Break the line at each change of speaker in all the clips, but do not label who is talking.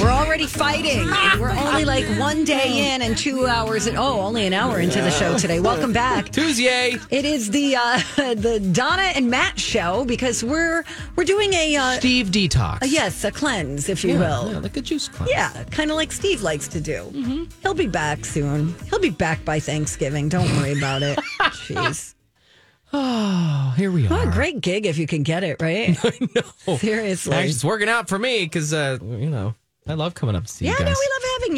We're already fighting. We're only like one day in and two hours. In, oh, only an hour into the show today. Welcome back.
Tuesday.
It is the uh, the Donna and Matt show because we're we're doing a uh,
Steve detox.
a- yes a cleanse, if you
Yeah,
will.
yeah,
Yeah. Mm-hmm.
like a juice cleanse.
kind of like Steve likes to do. He'll be back soon. He'll be back by Thanksgiving. Don't worry about it. Jeez.
Oh, here we
What
are.
a great gig if you can get it, right? I know. Seriously.
Actually, it's working out for me because uh, you know I love coming up to see
yeah,
you
no, we
guys.
love having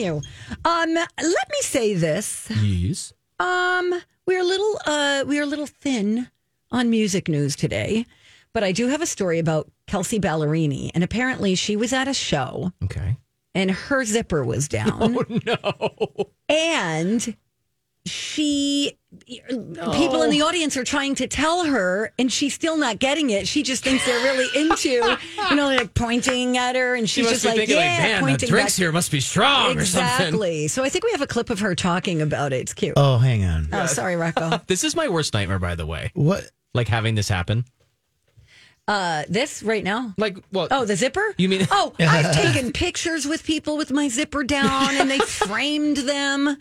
you. Um, let me say this.
yes.
Um, we're a little uh we're a little thin on music news today, but I do have a story about Kelsey Ballerini, and apparently she was at a show
Okay.
and her zipper was down. Oh no. And she people in the audience are trying to tell her and she's still not getting it. She just thinks they're really into you know, like pointing at her and
She
she's just
must be
like,
thinking,
yeah,
like, man, the
pointing
drinks
back-
here must be strong or something.
Exactly. So I think we have a clip of her talking about it. It's cute.
Oh, hang on.
oh sorry, Rocco.
This is my worst nightmare, by the way.
What?
Like having this happen.
Uh, this right now.
Like, well,
Oh, the zipper?
You mean-
Oh, I've taken pictures with people with my zipper down and they framed them,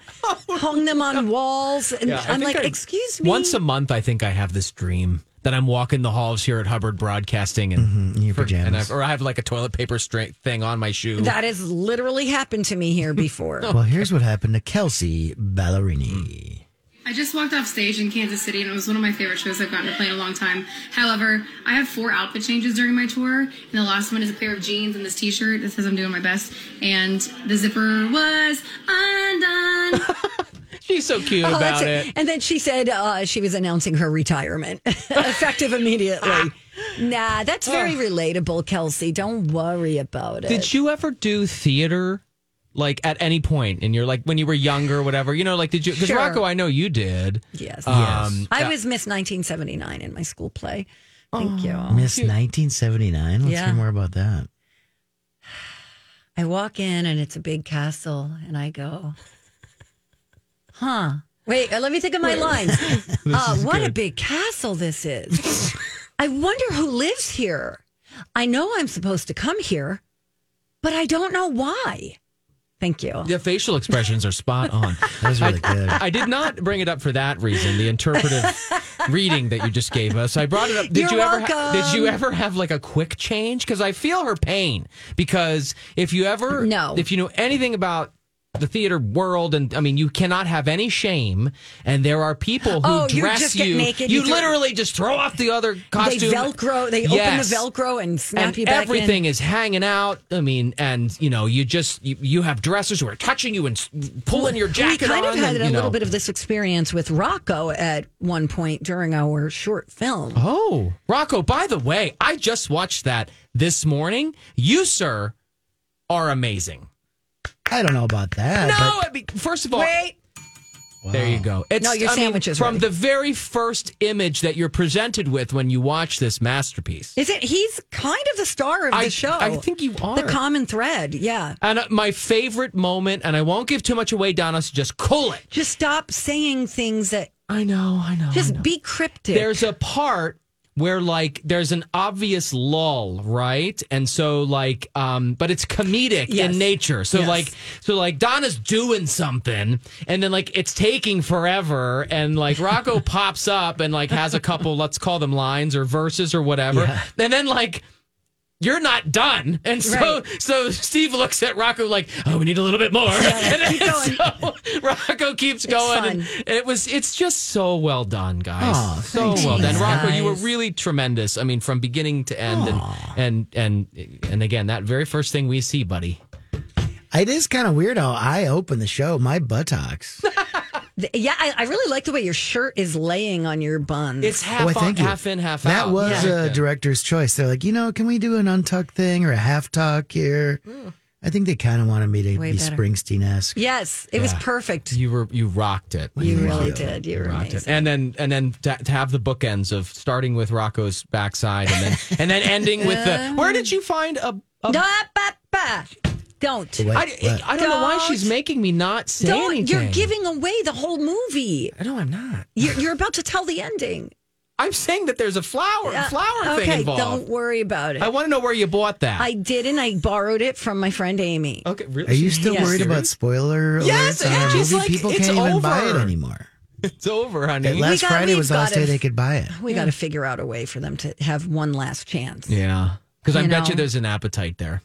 hung them on walls. And
Yeah, I
I'm
think
like,
I-
excuse me.
Once a month, I think I have this dream that I'm walking the halls here at Hubbard Broadcasting and
Mm-hmm, In your
for- and
pajamas.
I've, or I have like a toilet paper stra- thing on my shoe.
that has literally happened to me here before.
Well, here's what happened to Kelsey Ballerini.
I just walked off stage in Kansas City, and it was one of my favorite shows I've gotten to play in a long time. However, I have four outfit changes during my tour, and the last one is a pair of jeans and this T-shirt that says I'm doing my best, and the zipper was undone.
She's so cute
Oh, that's
about
it.
it.
And then she said uh, she was announcing her retirement effective immediately. nah, that's very relatable, Kelsey. Don't worry about it.
Did you ever do theater? Like at any point in your like when you were younger, or whatever you know, like did you? Because
Sure.
Rocco, I know you did.
yes.
Um,
I was Miss 1979 in my school play. Thank you.
Mm.
Miss
Oh,
1979. Let's
Yeah.
hear more about that.
I walk in and it's a big castle, and I go, huh. Wait, uh, let me think of my lines. Uh, what a big castle this is. I wonder who lives here. I know I'm supposed to come here, but I don't know why. Thank you.
The facial expressions are spot on.
That was really good.
I did not bring it up for that reason. The interpretive reading that you just gave us. I brought it up. Did
You're
you ever? ha-
welcome.
did you ever have like a quick change? Because I feel her pain. Because if you ever,
No.
if you know anything about the theater world, and I mean, you cannot have any shame. And there are people who
Oh, you
dress
just get
you.
naked,
you
you throw-
literally just throw off the other costume.
They Velcro, they
Yes.
open the Velcro and snap
And
you back
everything
in.
is hanging out. I mean, and you know, you just you, you have dressers who are touching you and s- pulling your jacket
we kind
on.
of had
and,
a
you
little
know.
bit of this experience with Rocco at one point during our short film.
Oh, Rocco, by the way, I just watched that this morning. You, sir, are amazing.
I don't know about that.
no,
but-
I mean, first of all,
Wow.
there you go. It's,
No, your
I mean,
sandwich is
from
ready.
the very first image that you're presented with when you watch this masterpiece.
Is it? He's kind of the star of the
I-
show.
I think you are.
The common thread, yeah.
And uh, my favorite moment, and I won't give too much away, Donna, so just cool it.
Just stop saying things that.
I know, I know.
Just be cryptic.
Oh, there's a part where like there's an obvious lull right and so like um but it's comedic
Yes.
in nature so
Yes.
like so like donna's doing something and then like it's taking forever and like rocco pops up and like has a couple let's call them lines or verses or whatever and then like you're not done. And so so Steve looks at Rocco like, oh, we need a little bit more. and then so Rocco keeps going. And
fun.
it was it's just so well done, guys.
Aw,
so
thank
well
you,
done. Rocco, you were
guys.
really tremendous. I mean, from beginning to end and and and and again, that very first thing we see, buddy.
It is kind of weird how I open the show, my buttocks.
Th- Yeah, I, I really like the way your shirt is laying on your buns.
It's half
Boy,
on,
thank you.
half in, half
That
out.
was uh,
Yeah.
a director's choice. They're like, you know, can we do an untuck thing or a half tuck here? I think they kind of wanted me to
Way
be
better.
Springsteen esque.
yes, it was perfect.
you were you rocked it.
You really
Rocked it.
did. You were
rocked it.
amazing.
And then and then to, to have the bookends of starting with Rocco's backside and then and then ending with the where did you find a, a
No, ah, bah, bah. Don't.
I, I Oh. don't know why
Don't.
she's making me not say
Don't.
anything.
You're giving away the whole movie.
No, I'm not.
You're, you're about to tell the ending.
I'm saying that there's a flower
Uh,
flower
okay,
thing involved.
don't worry about it.
I
I,
want to know where you bought that.
didn't. I borrowed it from my friend Amy.
okay, really?
Are you still
Yes.
worried about
Serious?
spoiler
Yes,
alerts on
it's
our movie?
like,
People
it's
can't even buy it
over.
anymore.
It's over, honey.
That last
got-
Friday
we've
was the last
got
day
it.
they could buy it.
We got to figure out a way for them to have one last chance.
yeah, because I
You
bet you
know.
there's an appetite there.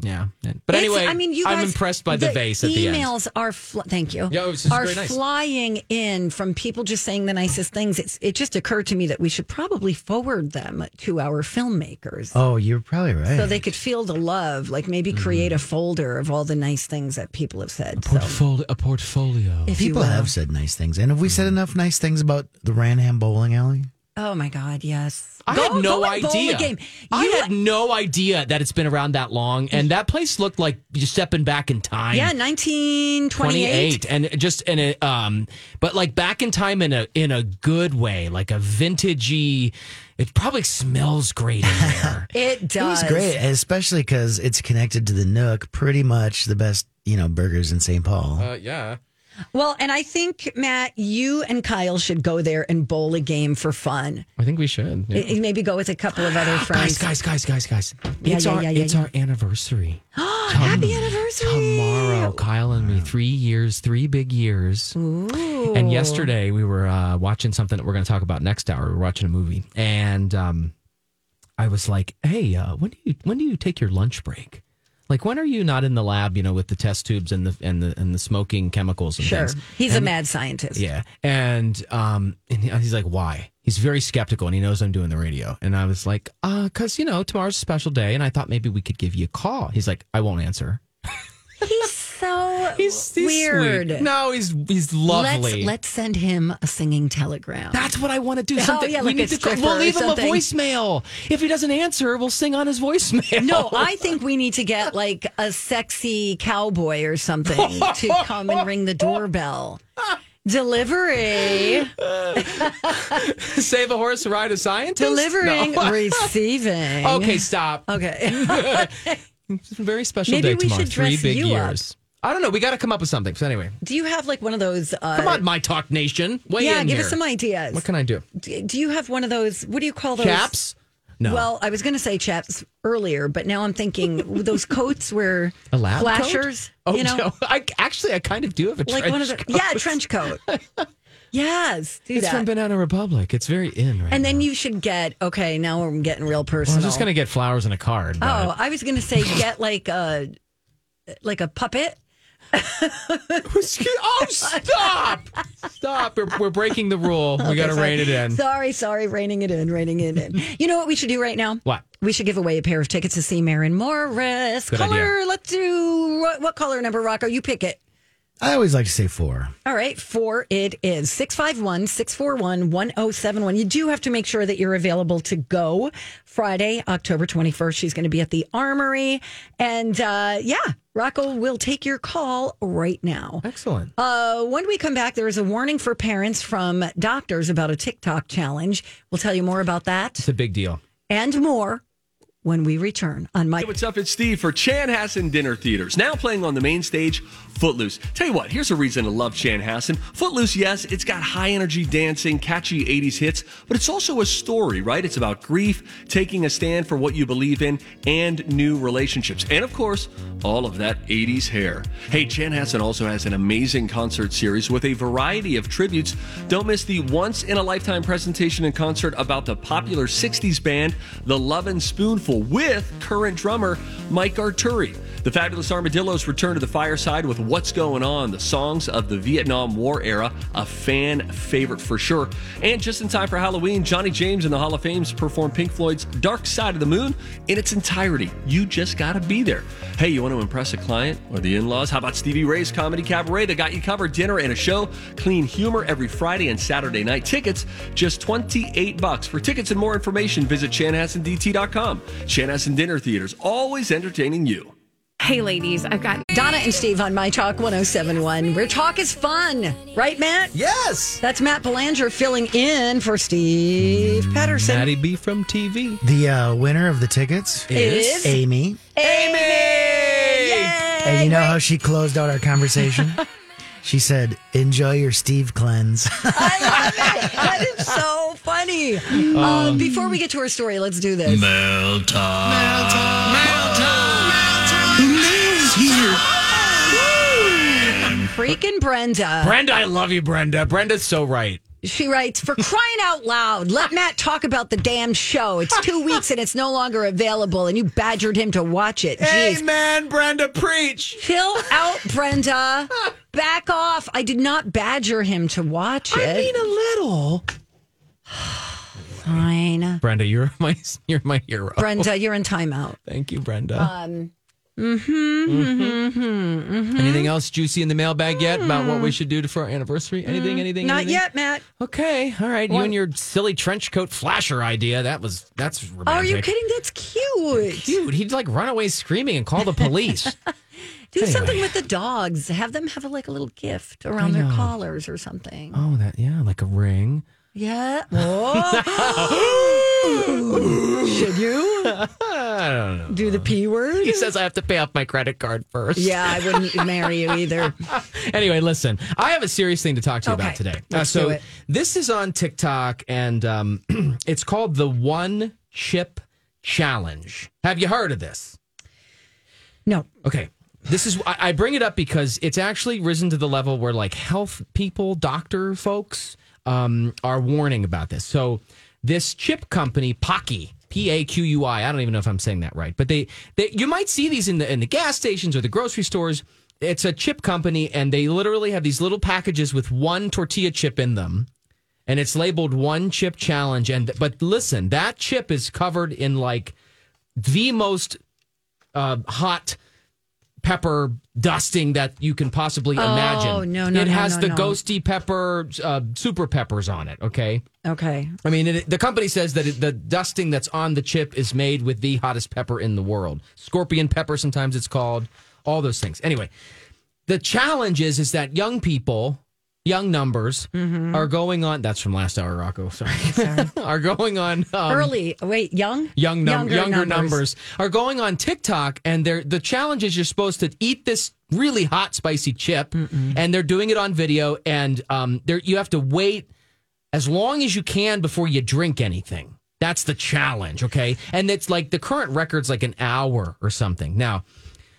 Yeah,
It's-
but anyway,
I mean, you
I'm
guys-
impressed by the, vase at the end.
Emails are fl- thank you.
Yeah, it was just
are
very nice.
flying in from people just saying the nicest things. It's it just occurred to me that we should probably forward them to our filmmakers.
Oh, you're probably right.
So they could feel the love, like maybe
Mm-hmm.
create a folder of all the nice things that people have said. So,
Portfolio, a portfolio.
if you
People
will. Mm.
have said nice things. And have we said enough nice things about the Ranham Bowling Alley?
oh my God, yes.
I
Go-
had no
go and bowl
idea.
The game.
I
You-
had no idea that it's been around that long, and that place looked like you're stepping back in time.
yeah, nineteen twenty-eight.
28 and it just in a um but like back in time in a in a good way like a vintagey it probably smells great in there
It does.
It was great, especially because it's connected to the Nook, pretty much the best, you know, burgers in St. Paul.
Uh, yeah
Well, and I think Matt, you and Kyle should go there and bowl a game for fun.
i think we should yeah.
I- Maybe go with a couple of other
guys
friends.
guys guys guys guys
Yeah,
it's
yeah,
our
yeah, yeah,
it's
yeah.
our anniversary
Happy anniversary!
tomorrow kyle and me three years three big years
Ooh.
And yesterday we were uh, watching something that we're going to talk about next hour. We were watching a movie, and um, I was like, "Hey, uh, when do you when do you take your lunch break? Like, when are you not in the lab? You know, with the test tubes and the and the and the smoking chemicals and
Sure,
things."
he's a mad scientist.
Yeah, and um, and he- he's like, "Why?" He's very skeptical, and he knows I'm doing the radio. And I was like, "Uh, cause you know tomorrow's a special day, and I thought maybe we could give you a call." He's like, "I won't answer."
He's so
He's, he's
weird.
Sweet. No, he's he's lovely.
Let's let's send him a singing telegram.
That's what I want to do.
Oh,
Something
yeah,
we
like
need
a
to call-
stripper
We'll
or
leave him a
something.
voicemail. If he doesn't answer, we'll sing on his voicemail.
no, I think we need to get like a sexy cowboy or something to come and ring the doorbell. Delivery,
save a horse, ride a scientist.
delivering,
No.
receiving.
okay, stop.
Okay.
It's a very special
Maybe
day
we
tomorrow.
should
Three
dress
big
you up.
years. I don't know. We got to come up with something. So anyway,
Do you have like one of those? Uh,
come on, my talk nation. Weigh
yeah,
in
give
here.
us some ideas.
What can I do?
do do you have one of those? What do you call those?
Chaps? No.
Well, I was going to say chaps earlier, but now I'm thinking those coats where
a lab coat?
flashers.
Oh,
you know,
no. I actually I kind of do have a
like
trench
one of the
coat.
yeah trench coat. yes, do
It's
that.
from Banana Republic. It's very in right
and
now.
then you should get okay. Now I'm getting real
I
personal.
was just gonna get flowers and a card. but-
Oh, I was going to say get like a like a puppet.
Oh, stop! Stop! We're, we're breaking the rule. We got to rein it in.
Sorry, sorry, reining it in, reining it in. You know what we should do right now?
What?
We should give away a pair of tickets to see Marin Morris.
Good idea.
color, let's do what, what color number, Rocco? You pick it.
I always like to say four.
All right, four it is 651 641 1071. You do have to make sure that you're available to go Friday, October 21st. She's going to be at the Armory. And uh, yeah, Rocco will take your call right now.
Excellent.
Uh, when we come back, there is a warning for parents from doctors about a TikTok challenge. We'll tell you more about that
It's a big deal.
and more when we return on my.
Hey, what's up? It's Steve for Chanhassen Dinner Theaters. Now playing on the main stage, Footloose. Tell you what, here's a reason to love Chanhassen. Footloose, yes, it's got high energy dancing, catchy 80s hits, but it's also a story, right? It's about grief, taking a stand for what you believe in, and new relationships. And of course, all of that 80s hair. Hey, Chanhassen also has an amazing concert series with a variety of tributes. Don't miss the once in a lifetime presentation and concert about the popular 60s band, The Love and Spoonful. Festival with current drummer Mike Arturi. The Fabulous Armadillos return to the fireside with What's Going On, the songs of the Vietnam War era, a fan favorite for sure. And just in time for Halloween, Johnny James and the Hall of Fames perform Pink Floyd's Dark Side of the Moon in its entirety. You just gotta be there. Hey, you want to impress a client or the in laws? How about Stevie Ray's Comedy Cabaret that got you covered? Dinner and a show, clean humor every Friday and Saturday night. Tickets just 28 bucks. For tickets and more information, visit chanhassendt.com. Chanhassen Dinner Theaters, always entertaining you.
Hey, ladies, I've got
Donna and Steve on My Talk 1071, where talk is fun. Right, Matt?
Yes.
That's Matt Belanger filling in for Steve Patterson.
Maddie B from TV.
The uh, winner of the tickets
Is-
Amy. And you know how she closed out our conversation? she said, "Enjoy your Steve cleanse."
I love it. That is so funny.
Um,
Uh, before we get to our story, let's do this. Freaking Brenda.
Brenda, I love you, Brenda. Brenda's so right.
She writes, for crying out loud, let Matt talk about the damn show. It's two weeks and it's no longer available, and you badgered him to watch it. Jeez.
Amen, Brenda, preach.
Chill out, Brenda. Back off. I did not badger him to watch it.
I mean a little.
Fine.
Brenda, you're my you're my hero.
Brenda, you're in timeout.
Thank you, Brenda. Anything
Mm.
else juicy in the mailbag yet about what we should do to- for our anniversary? Anything? Anything?
Mm. Not
anything?
yet, Matt.
Okay. All right. You and your silly trench coat flasher idea. That was that's romantic.
Oh, are you kidding? That's cute.
Dude, he'd like run away screaming and call the police.
Do
Anyway.
something with the dogs. Have them have a, like a little gift around their collars or something.
oh, that yeah, like a ring.
Yeah. Whoa. Should you
I don't know.
do the p word?
He says I have to pay off my credit card first.
Yeah, I wouldn't marry you either.
Anyway, listen, I have a serious thing to talk to you about
Okay,
today. Uh,
let's
so
do it.
this is on TikTok, and um, it's called the One Chip Challenge. Have you heard of this?
No.
Okay. This is I I bring it up because it's actually risen to the level where like health people, doctor folks, um, are warning about this. So this chip company, Pocky, P A Q U I, I don't even know if I'm saying that right, but they, they you might see these in the in the gas stations or the grocery stores. It's a chip company, and they literally have these little packages with one tortilla chip in them and it's labeled one chip challenge and but listen that chip is covered in like the most uh, hot pepper dusting that you can possibly imagine
Oh, no, no,
it
no,
has
no,
the
no.
ghosty pepper uh, super peppers on it okay
Okay.
I mean, it, the company says that it, the dusting that's on the chip is made with the hottest pepper in the world. Scorpion pepper, sometimes it's called, all those things. Anyway, the challenge is, is that young people, young numbers, are going on. That's from last hour, Rocco. Sorry. are going on. Um,
Early. Wait, young?
Young num-
Younger
younger, numbers. are going on TikTok, and they're the challenge is you're supposed to eat this really hot, spicy chip, and they're doing it on video, and um, there you have to wait as long as you can before you drink anything. That's the challenge, okay? And it's like the current record's like an hour or something. Now,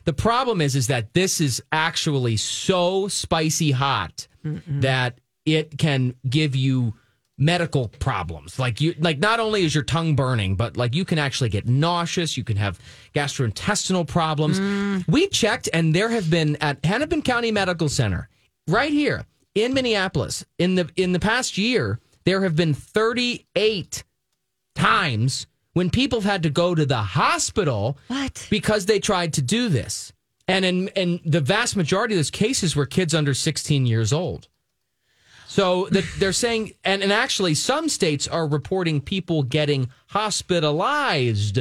the problem is is that this is actually so spicy hot that it can give you medical problems. Like you like not only is your tongue burning, but like you can actually get nauseous, you can have gastrointestinal problems. We checked and there have been at Hennepin County Medical Center right here in Minneapolis in the in the past year there have been 38 times when people have had to go to the hospital
What?
because they tried to do this. And in and the vast majority of those cases were kids under 16 years old. So that they're saying and, and actually some states are reporting people getting hospitalized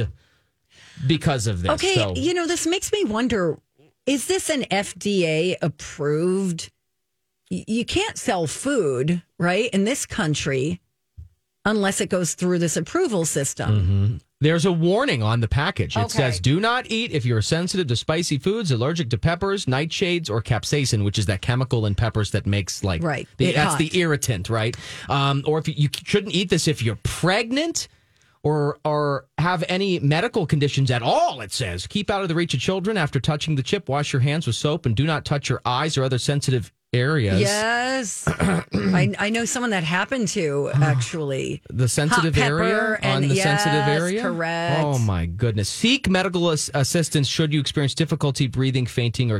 because of this.
Okay,
So-
you know, this makes me wonder is this an FDA approved? y- You can't sell food, right, in this country unless it goes through this approval system.
Mm-hmm. There's a warning on the package. It
Okay.
says, do not eat if you're sensitive to spicy foods, allergic to peppers, nightshades, or capsaicin, which is that chemical in peppers that makes like,
Right.
the,
It
that's
hot.
the irritant, right? Um, or if you, you shouldn't eat this if you're pregnant or, or have any medical conditions at all, it says. Keep out of the reach of children after touching the chip. Wash your hands with soap and do not touch your eyes or other sensitive areas,
Yes. I, I know someone that happened to actually.
the sensitive
Hot pepper
area on
and-
the sensitive
yes,
area.
correct.
Oh my goodness! Seek medical as- assistance should you experience difficulty breathing, fainting, or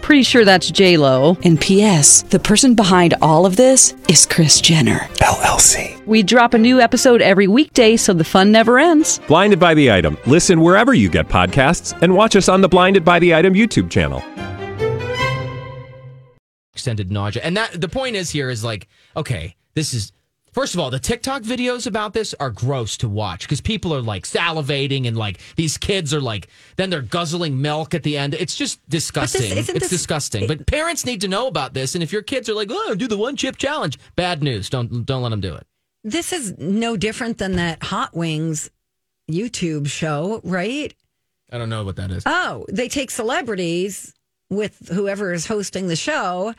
Pretty sure that's J Lo. And P.S. The person behind all of this is Chris Jenner
LLC.
We drop a new episode every weekday, so the fun never ends.
Blinded by the item. Listen wherever you get podcasts, and watch us on the Blinded by the Item YouTube channel.
extended nausea. And that the point is here is like, okay, this is first of all, the TikTok videos about this are gross to watch because people are like salivating and like these kids are like then they're guzzling milk at the end. It's just disgusting.
isn't this-
it's disgusting. but parents need to know about this. And if your kids are like, oh, do the one chip challenge, bad news. Don't don't let them do it.
This is no different than that Hot Wings YouTube show, right?
I don't know what that is.
Oh, they take celebrities with whoever is hosting the show.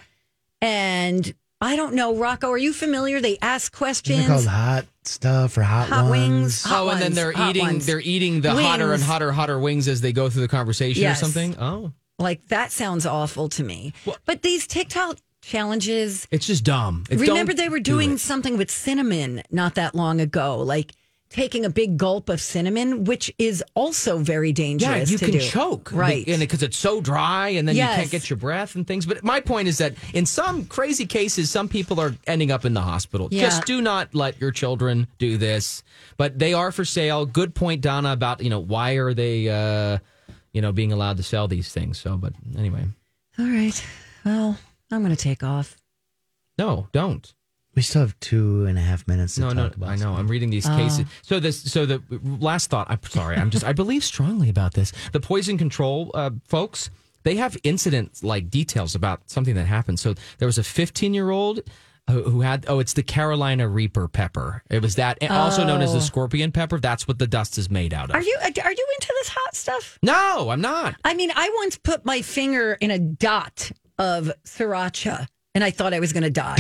And I don't know, Rocco, are you familiar? They ask
Isn't it called
questions.
hot stuff or hot,
Hot wings.
ones?
hot
oh, and then
ones,
they're
hot
eating
ones.
they're eating the hotter and
Wings.
hotter, hotter wings as they go through the conversation
Yes.
or something. Oh.
Like, that sounds awful to me. but these TikTok challenges,
It's just dumb. It-
remember
don't
they were
do
doing
it.
something with cinnamon not that long ago, like taking a big gulp of cinnamon, which is also very dangerous.
Yeah, you
to
can
do.
choke,
Right.
And because it's so dry, and then you
Yes.
can't get your breath and things. But my point is that in some crazy cases, some people are ending up in the hospital.
Yeah.
Just do not let your children do this. But they are for sale. Good point, Donna, about you know why are they, uh, you know, being allowed to sell these things. So, but anyway,
All right. Well, I'm going to take off.
no, don't.
We still have two and a half minutes to
No,
talk
no,
about.
I know. I'm reading
Ah.
these cases. So this, so the last thought. I'm sorry. I'm just. I believe strongly about this. The poison control uh, folks. They have incident like details about something that happened. So there was a 15 year old who who had. Oh, it's the Carolina Reaper pepper. It was that, and also known as the scorpion pepper. That's what the dust is made out of.
Oh. Are you uh, are you into this hot stuff?
no, I'm not.
I mean, I once put my finger in a dot of sriracha and I thought I was going to die.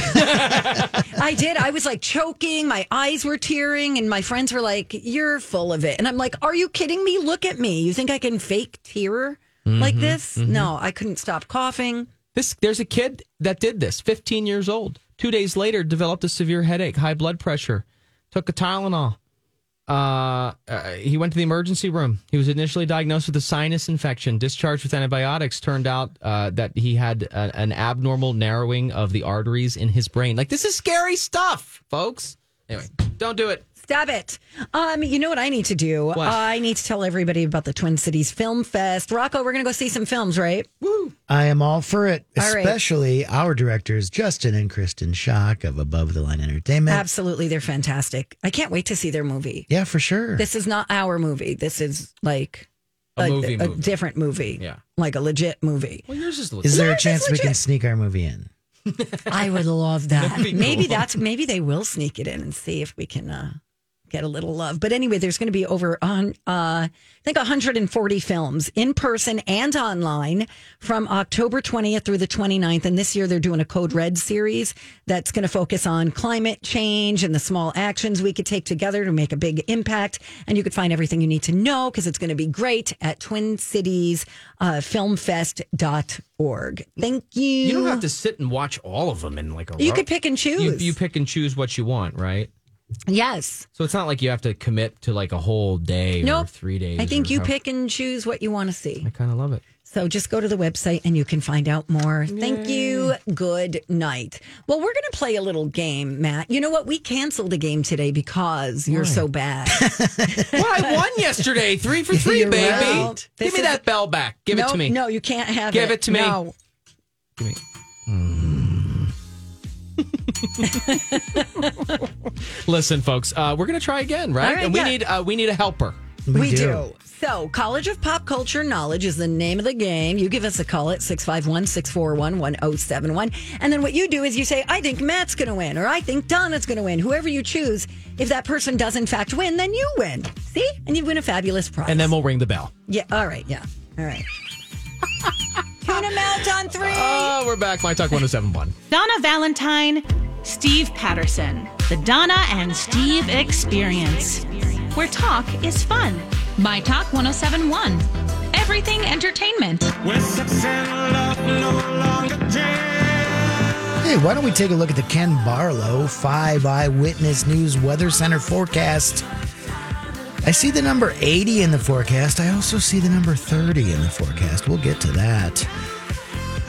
I did. I was like choking, my eyes were tearing, and my friends were like, You're full of it. And I'm like, Are you kidding me? Look at me. You think I can fake tear like this? No, I couldn't stop coughing.
This there's a kid that did this, 15 years old. Two days later, developed a severe headache, high blood pressure, took a Tylenol. Uh, uh, he went to the emergency room. He was initially diagnosed with a sinus infection, discharged with antibiotics. Turned out uh, that he had a, an abnormal narrowing of the arteries in his brain. Like this is scary stuff, folks. Anyway, don't do it.
Stop it. Um, you know what I need to do? I need to tell everybody about the Twin Cities Film Fest. Rocco, we're going to go see some films, right?
I am all for it,
All right.
especially our directors, Justin and Kristen Shock of Above the Line Entertainment.
Absolutely. They're fantastic. I can't wait to see their movie.
Yeah, for sure.
This is not our movie. This is like
A movie
a
movie.
different movie.
Yeah.
Like a legit movie.
Well, yours is.
is there a
Yes, it's
chance we can
legit.
sneak our movie in?
I would love that.
That'd be
maybe
cool.
that's maybe they will sneak it in and see if we can uh, get a little love. But anyway, there's going to be over on uh, I think 140 films in person and online from October 20th through the 29th. And this year they're doing a Code Red series that's going to focus on climate change and the small actions we could take together to make a big impact. And you could find everything you need to know because it's going to be great at uh, twincitiesfilmfest.org. Thank you.
You don't have to sit and watch all of them in like a.
You
row.
could pick and choose.
You, you pick and choose what you want, right?
Yes.
So it's not like you have to commit to like a whole day or
Nope.
three days.
I think
or
you
how-
pick and choose what you want to see.
I kind of love it.
So just go to the website and you can find out more. Thank you. Good night. Well, we're going to play a little game, Matt. You know what? We canceled a game today because you're so bad.
well, I won yesterday, three for three,
You're
baby.
right.
Give
This
me
is-
that bell back. Give it
No,
to me.
No, you can't have it.
Give it to me.
No.
Give me. Mm. Listen, folks, uh, we're gonna try again, right?
All right,
and we
yeah.
need uh, we need a helper.
We, do. So, College of Pop Culture Knowledge is the name of the game. You give us a call at 651 641 1071. And then what you do is you say, I think Matt's going to win, or I think Donna's going to win. Whoever you choose, if that person does in fact win, then you win. See? And you win a fabulous prize.
And then we'll ring the bell.
Yeah. All right. Yeah. All right. Tuna melt on three.
Oh, we're back. My Talk 1071.
Donna Valentine, Steve Patterson. The Donna and Steve Experience. Where talk is fun. My Talk 1071. Everything entertainment.
Hey, why don't we take a look at the Ken Barlow Five Eyewitness News Weather Center forecast? I see the number 80 in the forecast. I also see the number 30 in the forecast. We'll get to that.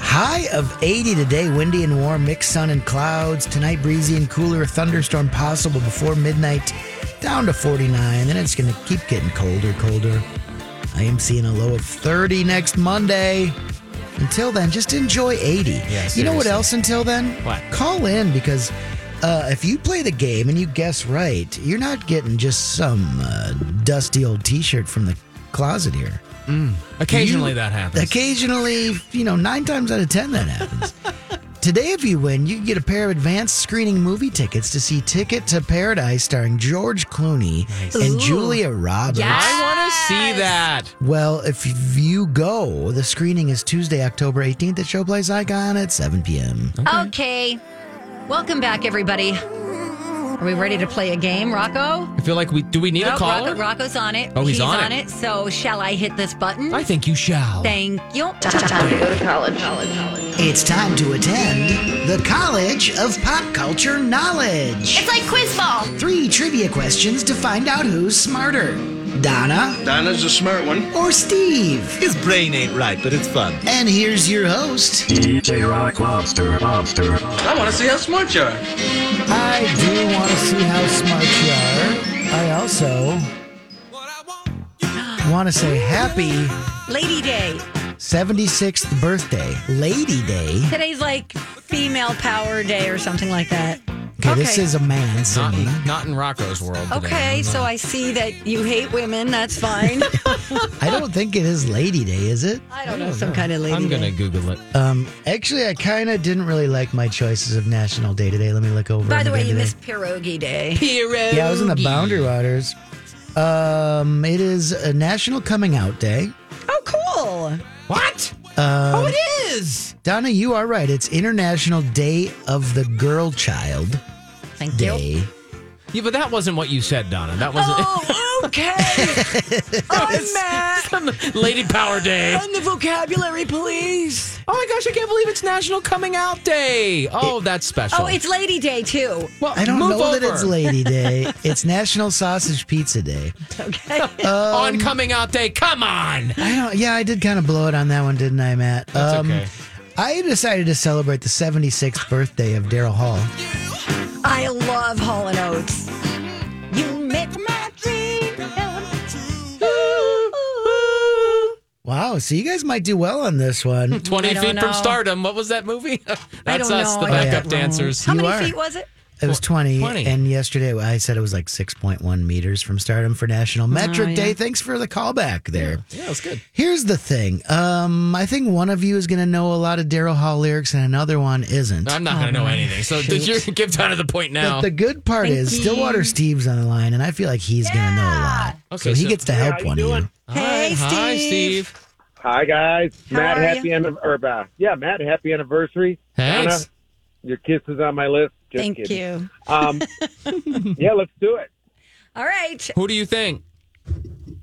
High of 80 today, windy and warm, mixed sun and clouds. Tonight, breezy and cooler, a thunderstorm possible before midnight, down to 49. Then it's going to keep getting colder, colder. I am seeing a low of 30 next Monday. Until then, just enjoy 80. you know what
seriously.
else until then?
What?
Call in because uh, if you play the game and you guess right, you're not getting just some uh, dusty old t shirt from the closet here.
Occasionally
You-
that happens.
Occasionally, you know, nine times out of ten that happens. Today, if you win, you get a pair of advanced screening movie tickets to see Ticket to Paradise starring George Clooney and
Ooh.
Julia Roberts.
I want to see that.
Well, if you go, the screening is Tuesday, October 18th at Showplace Icon at 7 p.m.
Okay. Welcome back, everybody. Are we ready to play a game, Rocco?
I feel like we do. We need a
Nope,
caller.
Rocco, Rocco's on it.
Oh, he's on
on
it.
it. So, shall I hit this button?
I think you shall.
Thank you.
go to college. It's time to attend the College of Pop Culture Knowledge. It's
like quiz ball.
Three trivia questions to find out who's smarter. Donna
Donna's a smart one.
or Steve?
His brain ain't right, but it's fun.
And here's your host, DJ Rock Lobster Lobster.
I want to see how smart you are.
I do want to see how smart you are. I also want to say happy
Lady Day.
76th birthday, Lady Day.
Today's like female power day or something like that.
Okay, this is a man
Not in,
singing.
not in Rocco's world. today.
Okay, so I see that you hate women. That's fine.
I don't think it is Lady Day, is it?
I don't know. Some kind of lady.
I'm
day.
gonna Google it.
Um, actually, I kind of didn't really like my choices of National Day today. Let me look over.
By the
them
way,
again
you
today.
missed pierogi day. Pierogi.
Yeah, I was in the Boundary Waters. Um, it is a National Coming Out Day.
Oh, cool.
What?
Um,
oh, it is.
Donna, you are right. It's International Day of the Girl Child
Thank you.
Day.
Yeah, but that wasn't what you said, Donna. That wasn't.
Oh, okay. I'm Matt.
Lady Power Day.
I'm the vocabulary police.
Oh my gosh, I can't believe it's National Coming Out Day. Oh, that's special.
Oh, it's Lady Day too.
Well,
I don't
move
know that
over.
it's Lady Day. it's National Sausage Pizza Day.
Okay.
on Coming Out Day. Come on.
I don't. Yeah, I did kind of blow it on that one, didn't I, Matt? Um,
That's okay.
I decided to celebrate the 76th birthday of Daryl Hall.
I love Hall and Oates. You make my dream come true.
Wow, so you guys might do well on this one.
I
20
don't
feet
know.
from stardom. What was that movie? That's
I don't
us,
know.
the
I got
backup
that wrong.
dancers.
How
You
many
are.
feet was it?
It was 20,
20.
And yesterday I said it was like 6.1 meters from stardom for National Metric
Oh, yeah.
Day. Thanks for the callback there.
Yeah, it's good.
Here's the thing. Um, I think one of you is going to know a lot of Daryl Hall lyrics and another one isn't.
I'm not
Oh,
going to know anything. So did you give Donna the point now?
But the good part
Thank
is
you.
Stillwater Steve's on the line, and I feel like he's going to know a lot.
Okay,
so he
so-
gets to help one of you.
All
Hey,
Hi,
Steve.
Steve.
Hi guys,
How
Matt.
are
Happy
you?
anniv- or, uh, yeah, Matt. Happy anniversary. Donna,
Thanks.
your kiss is on my list. Just
Thank
kidding.
you.
Um, yeah, let's do it.
All right.
Who do you think?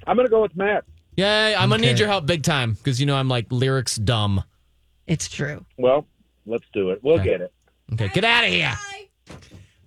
I'm gonna go with Matt.
Yeah, I'm going to need your help big time because you know I'm like lyrics dumb.
It's true.
Well, let's do it. We'll
Okay.
get it.
Okay, get out of here.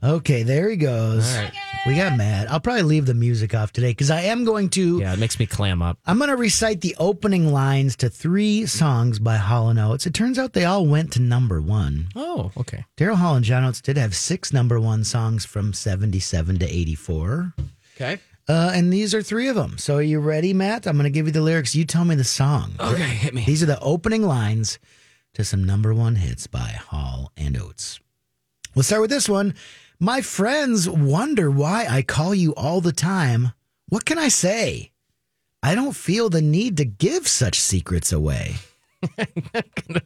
Okay, there he goes.
All right.
We got Matt. I'll probably leave the music off today because I am going to.
Yeah, it makes me clam up.
I'm going to recite the opening lines to three songs by Hall and Oates. It turns out they all went to number one.
Oh, okay.
Daryl Hall and John Oates did have six number one songs from 77 to 84.
Okay.
Uh, and these are three of them. So are you ready, Matt? I'm going to give you the lyrics. You tell me the song.
Okay, hit me.
These are the opening lines to some number one hits by Hall and Oates. We'll start with this one. My friends wonder why I call you all the time. What can I say? I don't feel the need to give such secrets away.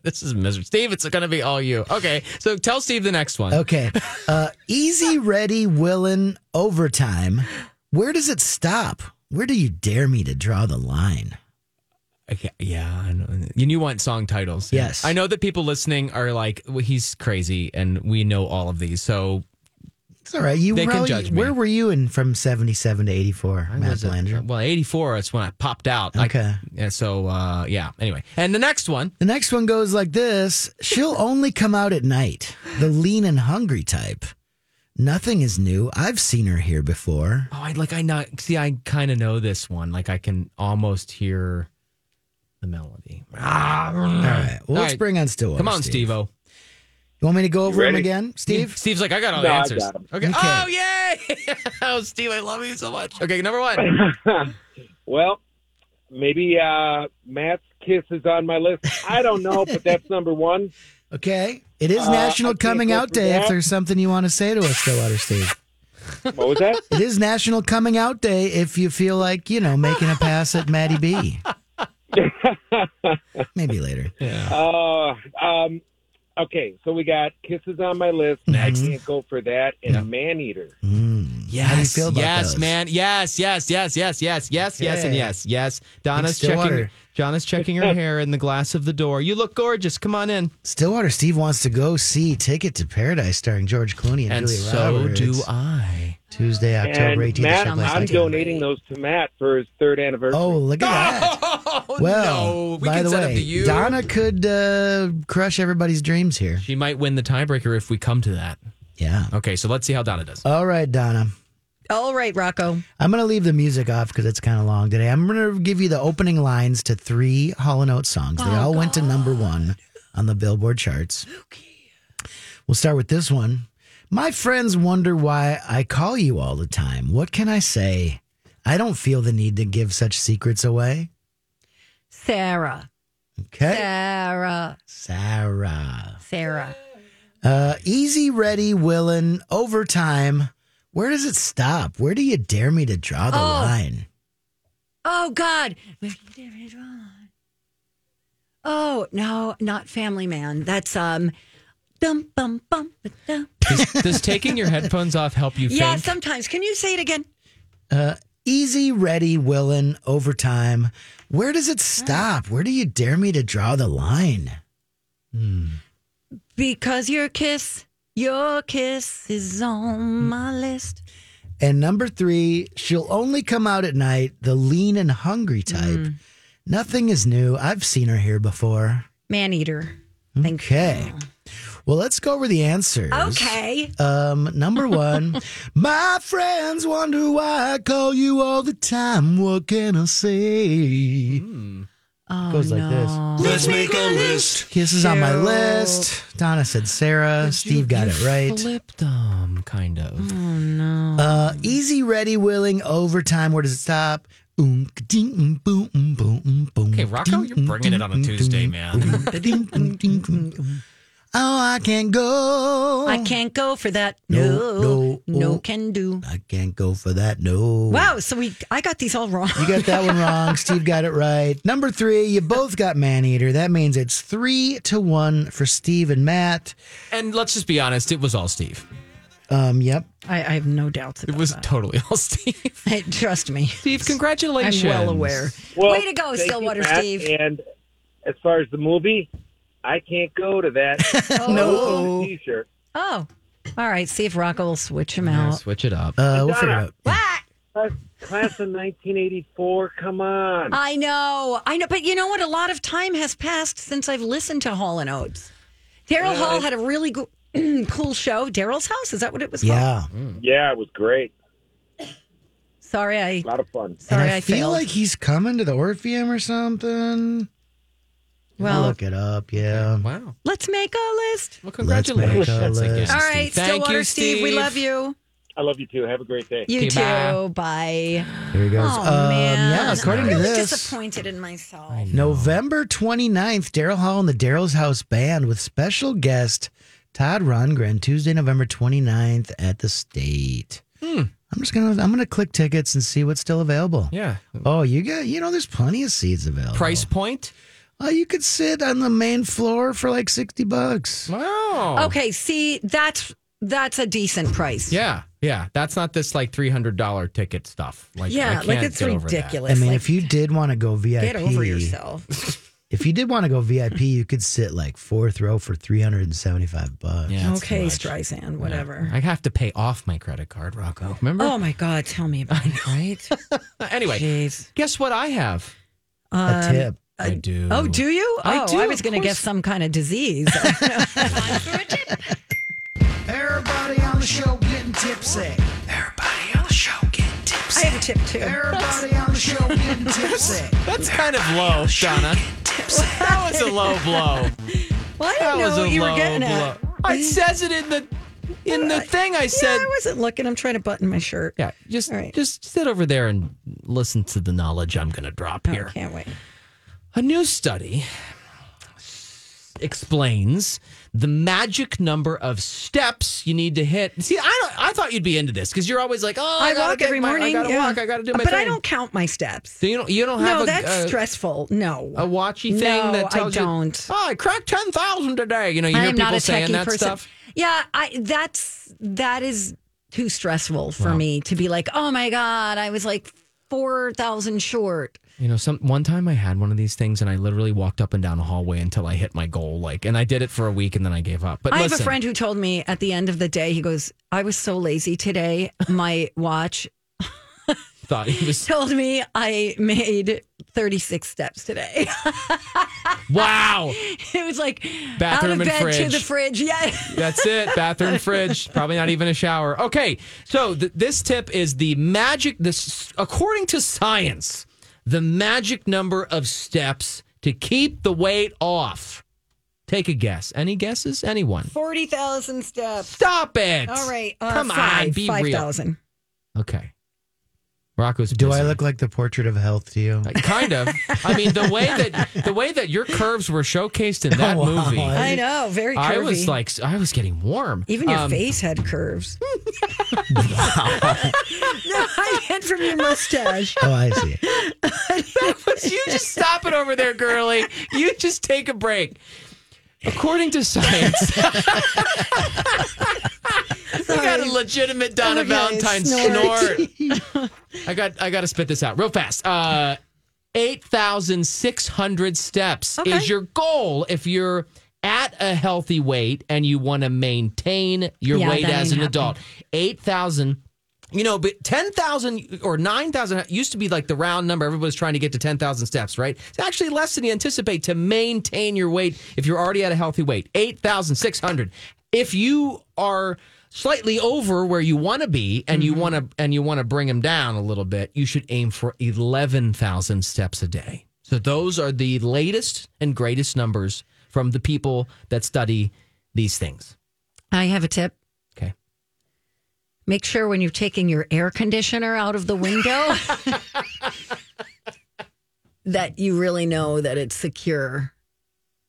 this is miserable. Steve, it's going to be all you. Okay, so tell Steve the next one.
Okay. Uh, easy, ready, willing, overtime. Where does it stop? Where do you dare me to draw the line?
Okay, yeah, I know. and you want song titles. yeah.
Yes.
I know that people listening are like, well, he's crazy, and we know all of these, so
It's all right. You
They can
probably-
judge me.
Where were you in from 77 to 84,
I
Matt
was at-
Blander?
well, eighty four. That's when I popped out. I-
Okay.
yeah, so uh, yeah. Anyway, and the next one.
The next one goes like this She'll only come out at night, the lean and hungry type. Nothing is new. I've seen her here before.
Oh, I like. I not see. I kind of know this one. Like I can almost hear the melody. Ah, all
All right. Well, let's bring on Stillwater.
Come on, Steve. O.
You want me to go over them
ready?
again, Steve?
Steve's like, I got all
No,
the
I
answers.
got 'em.
Okay.
Okay.
Oh, yay! oh, Steve, I love you so much. Okay, number one.
well, maybe uh, Matt's kiss is on my list. I don't know, but that's number one.
Okay. It is
Uh, I
National
can't
Coming
go
Out
through
Day if
that.
there's something you want to say to us, Stillwater Steve.
What was that?
It is National Coming Out Day if you feel like, you know, making a pass at Maddie B. Maybe later.
Uh, um, okay, so we got kisses on my list. I can't go for that. And man eater.
Yes.
Hmm. How do you feel about
yes,
those?
man. Yes, yes, yes, yes, yes, yes, yes, and
Okay.
yes, yes. Donna's
Thanks, Stillwater.
checking. Donna's checking her hair in the glass of the door. You look gorgeous. Come on in.
Stillwater Steve wants to go see Ticket to Paradise starring George Clooney and,
And
Julia
so
Roberts.
do I.
Tuesday,
and
October 18th.
Matt,
Shop
I'm,
Last Night.
donating those to Matt for his third anniversary.
Oh, look at that.
Oh,
well,
no. We
by
can
the
set up
way,
to you.
Donna could uh, crush everybody's dreams here.
She might win the tiebreaker if we come to that.
Yeah.
Okay, so let's see how Donna does.
All right, Donna.
All right, Rocco.
I'm going to leave the music off because it's kind of long today. I'm going to give you the opening lines to three Hall & Oates songs.
Oh,
They all went to number one on the Billboard charts. We'll start with this one. My friends wonder why I call you all the time. What can I say? I don't feel the need to give such secrets away.
Sarah.
Okay.
Sarah.
Sarah.
Sarah.
Uh, easy, ready, willing, overtime. Where does it stop? Where do you dare me to draw the
Oh.
line?
Oh God. Oh no, not Family Man. That's um. Dum bum bum. ba-dum.
Does, does taking your headphones off help you
Yeah,
think?
sometimes. Can you say it again?
Uh, easy, ready, willing, overtime. Where does it stop? Where do you dare me to draw the line?
Because your kiss, your kiss is on my list.
And number three, she'll only come out at night, the lean and hungry type.
Mm.
Nothing is new. I've seen her here before.
Man eater.
Okay. Well, let's go over the answers.
Okay.
Um, number one, my friends wonder why I call you all the time. What can I say?
Oh,
Goes like this.
Let's make a list.
Kisses on my
Cheryl.
list. Donna said Sarah. Steve got it right.
Flipped them, kind of.
Mm.
Uh, easy, ready, willing, overtime. Where does it stop? Okay,
Hey, Rocco, you're bringing it on a Tuesday, man.
Oh, I can't go.
I can't go for that.
No,
Oh. No,
no,
no,
oh.
can do.
I can't go for that. No.
Wow. So we, I got these all wrong.
You got that one wrong. Steve got it right. Number three, you both got man eater. That means it's three to one for Steve and Matt.
and let's just be honest, it was all Steve.
Um, yep.
I, I have no doubts
It
about
was totally all Steve.
it. Trust me.
Steve, congratulations.
I'm well aware. Way to go,
thank you,
Stillwater
Matt.
Steve.
And as far as the movie, I can't go to that.
No.
T shirt.
Oh, all right. See if Rocco will switch him
Yeah,
out.
switch it up.
Uh, we'll figure it out.
Class of 1984, come on.
I know, I know, but you know what? A lot of time has passed since I've listened to Hall and Oates. Daryl Hall had a really go- cool show. Daryl's House is that what it was? called?
Yeah.
Yeah, it was great.
Sorry, I
A lot of fun.
sorry
and
I,
I, feel
failed.
like he's coming to the Orpheum or something.
Well-
look it up. Yeah.
Wow.
Let's make a list.
Well,
Let's Um, make a
congratulations. again,
list.
All
Steve.
right,
Thank
Stillwater
you,
Steve.
Steve.
we love you.
I love you too. Have a great day.
You
Okay,
too.
bye.
Bye.
Here he goes.
Oh,
Um,
man.
yeah, according
I'm
to
really
this-
disappointed in myself.
November 29th, Daryl Hall and the Daryl's House Band with special guest Todd Rundgren, Tuesday, November 29th at the State.
Hmm.
I'm just gonna I'm gonna click tickets and see what's still available.
Yeah.
Oh, you got you know there's plenty of seats available.
Price point?
Oh, you could sit on the main floor for like sixty bucks.
Wow.
Okay, see, that's that's a decent price.
Yeah, yeah. That's not this like three hundred dollar ticket stuff. Like, I
Yeah, like,
can't
it's
get over that.
ridiculous.
I mean,
like-
if you did want to go VIP,
Get over yourself.
If you did want to go VIP, you could sit like fourth row for three hundred and seventy five bucks.
okay, Streisand, whatever.
I have to pay off my credit card, Rocco. Remember? Uh,
Oh my God, tell me about it, right?
anyway, guess what I have?
Um,
tip. I do.
Oh, do you?
I
oh,
do,
I was
of
going to
course.
guess some kind of disease.
Everybody on the show getting tipsy. Everybody on the show getting tipsy. I
have a tip too.
Everybody on the show getting tipsy.
That's kind of low, Donna. That was a low blow.
Well, I
That
don't know
was
what
a
you
low
were getting at. Uh,
blow. I says it in the in the thing. I said.
I wasn't looking. I'm trying to button my shirt.
Yeah, just just sit over there and listen to the knowledge I'm going to drop here.
Oh, can't wait.
A new study explains the magic number of steps you need to hit. See, I don't, I thought you'd be into this because you're always like, oh, I,
I,
gotta
walk
get
every
my-
morning.
I gotta
yeah. Uh,
walk. I gotta do my
But I
thing.
don't count my steps.
So you don't. You don't have.
no,
a,
that's
uh,
stressful. No.
A watchy thing
No,
that tells
I don't.
you, oh, I cracked ten thousand today. You know, you
I
hear
am
people
not a
saying
techie
that
person.
stuff.
Yeah, I that's that is too stressful for me to be like, oh my god, I was like four thousand short.
You know, some one time I had one of these things, and I literally walked up and down a hallway until I hit my goal. Like, and I did it for a week, and then I gave up. But
I have a
listen,
friend who told me at the end of the day, he goes, I was so lazy today. My watch
thought he was
told me I made 36 steps today.
wow.
it was like
Bathroom
out of
and
bed to
fridge.
the fridge. Yeah.
That's it. Bathroom, fridge, probably not even a shower. Okay, so th- this tip is the magic. This, according to science, the magic number of steps to keep the weight off. Take a guess. Any guesses? Anyone?
40,000 steps.
Stop it.
All right. Uh,
Come
five,
on, be
five
real.
thousand.
Okay. Rocco's.
Do I
busy.
look like the portrait of health to you?
Kind of. I mean, the way that the way that your curves were showcased in that
Oh, wow.
movie.
I know. Very curvy.
I was like, I was getting warm.
even your
Um,
face had curves. no, I meant from your mustache.
Oh, I see.
you just stop it over there, girly. You just take a break. According to science, I got a legitimate Donna
Okay,
Valentine
snort.
snort. I got I got to spit this out real fast. Uh, Eight thousand six hundred steps is your goal if you're at a healthy weight and you want to maintain your
Yeah,
weight
that
as an
ain't
adult. Eight thousand. You know, but 10,000 or 9,000 used to be like the round number. Everybody's trying to get to 10,000 steps, right? It's actually less than you anticipate to maintain your weight if you're already at a healthy weight 8,600. If you are slightly over where you want to be and you want to and you want to bring them down a little bit, you should aim for 11,000 steps a day. So those are the latest and greatest numbers from the people that study these things.
I have a tip.
Okay.
Make sure when you're taking your air conditioner out of the window that you really know that it's secure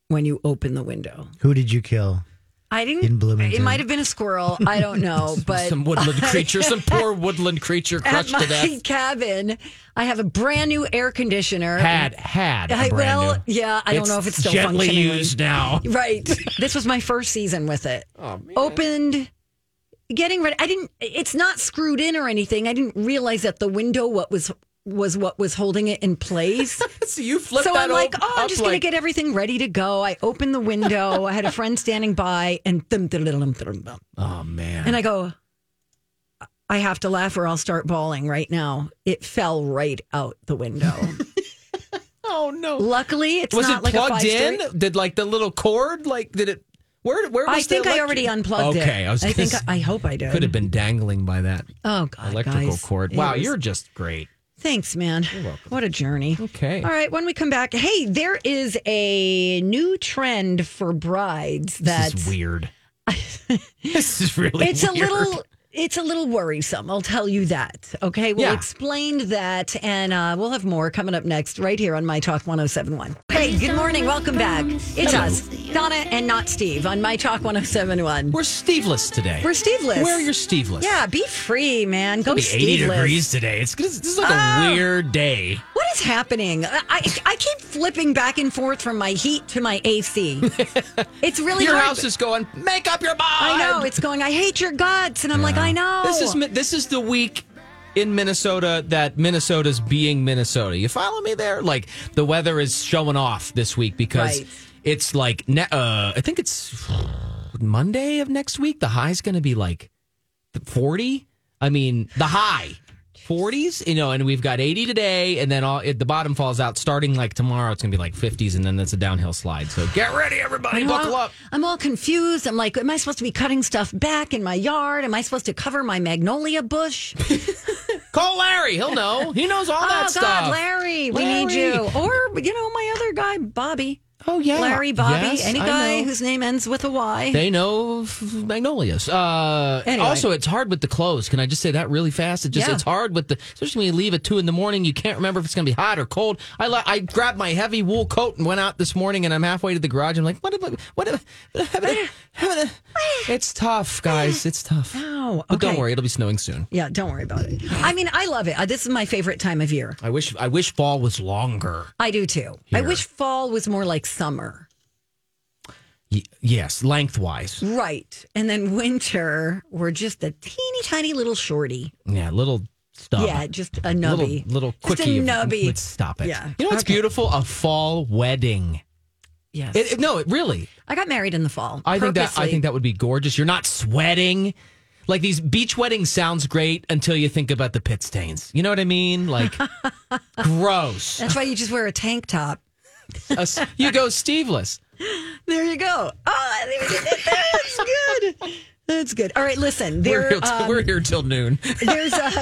when you open the window.
Who did you kill?
I didn't.
In Bloomington.
It might have been a squirrel. I don't know, but
some woodland creature, some poor woodland creature
At
crushed
my
to death.
cabin, I have a brand new air conditioner.
had had a
I,
brand
well,
new.
yeah, I
It's
don't know if it's still
gently
functioning.
used now.
Right. this was my first season with it.
Oh,
Opened, getting ready. I didn't. It's not screwed in or anything. I didn't realize that the window what was was what was holding it in place.
so you flipped
So
that
I'm like,
up-
oh, I'm
up
just gonna
like-
get everything ready to go. I opened the window. I had a friend standing by, and thum thum thum thum thum.
Oh man.
And I go, I have to laugh or I'll start bawling right now. It fell right out the window.
oh no.
Luckily, it's
was
not
it
like
plugged
a
in?
five-story-
Did like the little cord? Like did it? Where where was
I
the
think I
electric-
already unplugged
okay,
it.
I was.
I
gonna
think I, I hope I did.
Could have been dangling by that
Oh God,
electrical
guys.
cord.
It
Wow,
was-
you're just great.
Thanks, man. What a journey.
Okay.
All right, when we come back, hey, there is a new trend for brides
This
that's
is weird. this is really.
it's a
weird.
little it's a little worrisome. I'll tell you that. Okay. We'll
Yeah.
explain that and uh, we'll have more coming up next right here on My Talk 1071. Hey, good morning. Welcome back. It's
Hello.
us, Donna and not Steve on My Talk 1071.
We're Steveless today.
We're Steveless.
Wear your Steveless.
Yeah, be free, man. Go
It'll be 80
Steveless.
degrees today. It's this is like a
Oh.
weird day.
What is happening? I, I I keep flipping back and forth from my heat to my AC. It's really
your
hard.
house is going. Make up your mind.
I know it's going. I hate your guts, and I'm like, I know.
This is mi- this is the week in Minnesota that Minnesota's being Minnesota. You follow me there? Like the weather is showing off this week because
Right.
it's like ne- uh, I think it's Monday of next week. The high's going to be like forty. I mean, the high. 40s, you know, and we've got 80 today, and then all it, the bottom falls out starting like tomorrow. It's gonna be like 50s, and then it's a downhill slide. So get ready, everybody,
I'm
buckle
all-
up.
I'm all confused. I'm like, am I supposed to be cutting stuff back in my yard? Am I supposed to cover my magnolia bush?
Call Larry, he'll know. He knows all
oh,
that
God,
stuff.
Larry, we need
Larry.
you. Or, you know, my other guy, Bobby.
Oh, yeah.
Larry, Bobby,
Yes,
any
I
guy
know.
whose name ends with a Y.
They know f- magnolias. Uh,
Anyway.
Also, it's hard with the clothes. Can I just say that really fast? It just
Yeah.
it's hard with the especially when you leave at two in the morning. You can't remember if it's going to be hot or cold. I li- I grabbed my heavy wool coat and went out this morning, and I'm halfway to the garage. I'm like, what? Am I, what? Am I, what am I- what am I- it's tough, guys. It's tough.
No,
but don't
Oh, okay.
worry, it'll be snowing soon.
yeah, don't worry about it. I mean, I love it. Uh, This is my favorite time of year.
I wish I wish fall was longer.
I do too. I wish fall was more like summer.
Y- yes, lengthwise.
Right. And then winter, we're just a teeny tiny little shorty.
Yeah, little stuff.
Yeah, just a nubby.
Little, little
Just a
quickie. of-
nubby.
let's stop it.
Yeah.
You know what's beautiful? A fall wedding.
Yes.
It, it- no, it really.
I got married in the fall.
I think that I
purposely.
think that would be gorgeous. You're not sweating. Like these beach weddings sounds great until you think about the pit stains. You know what I mean? Like gross.
That's why you just wear a tank top.
A s- you go steveless.
There you go. Oh, I think we did that. that's good. That's good. All right, listen.
We're
There,
here, t-
um,
we're here till noon.
there's a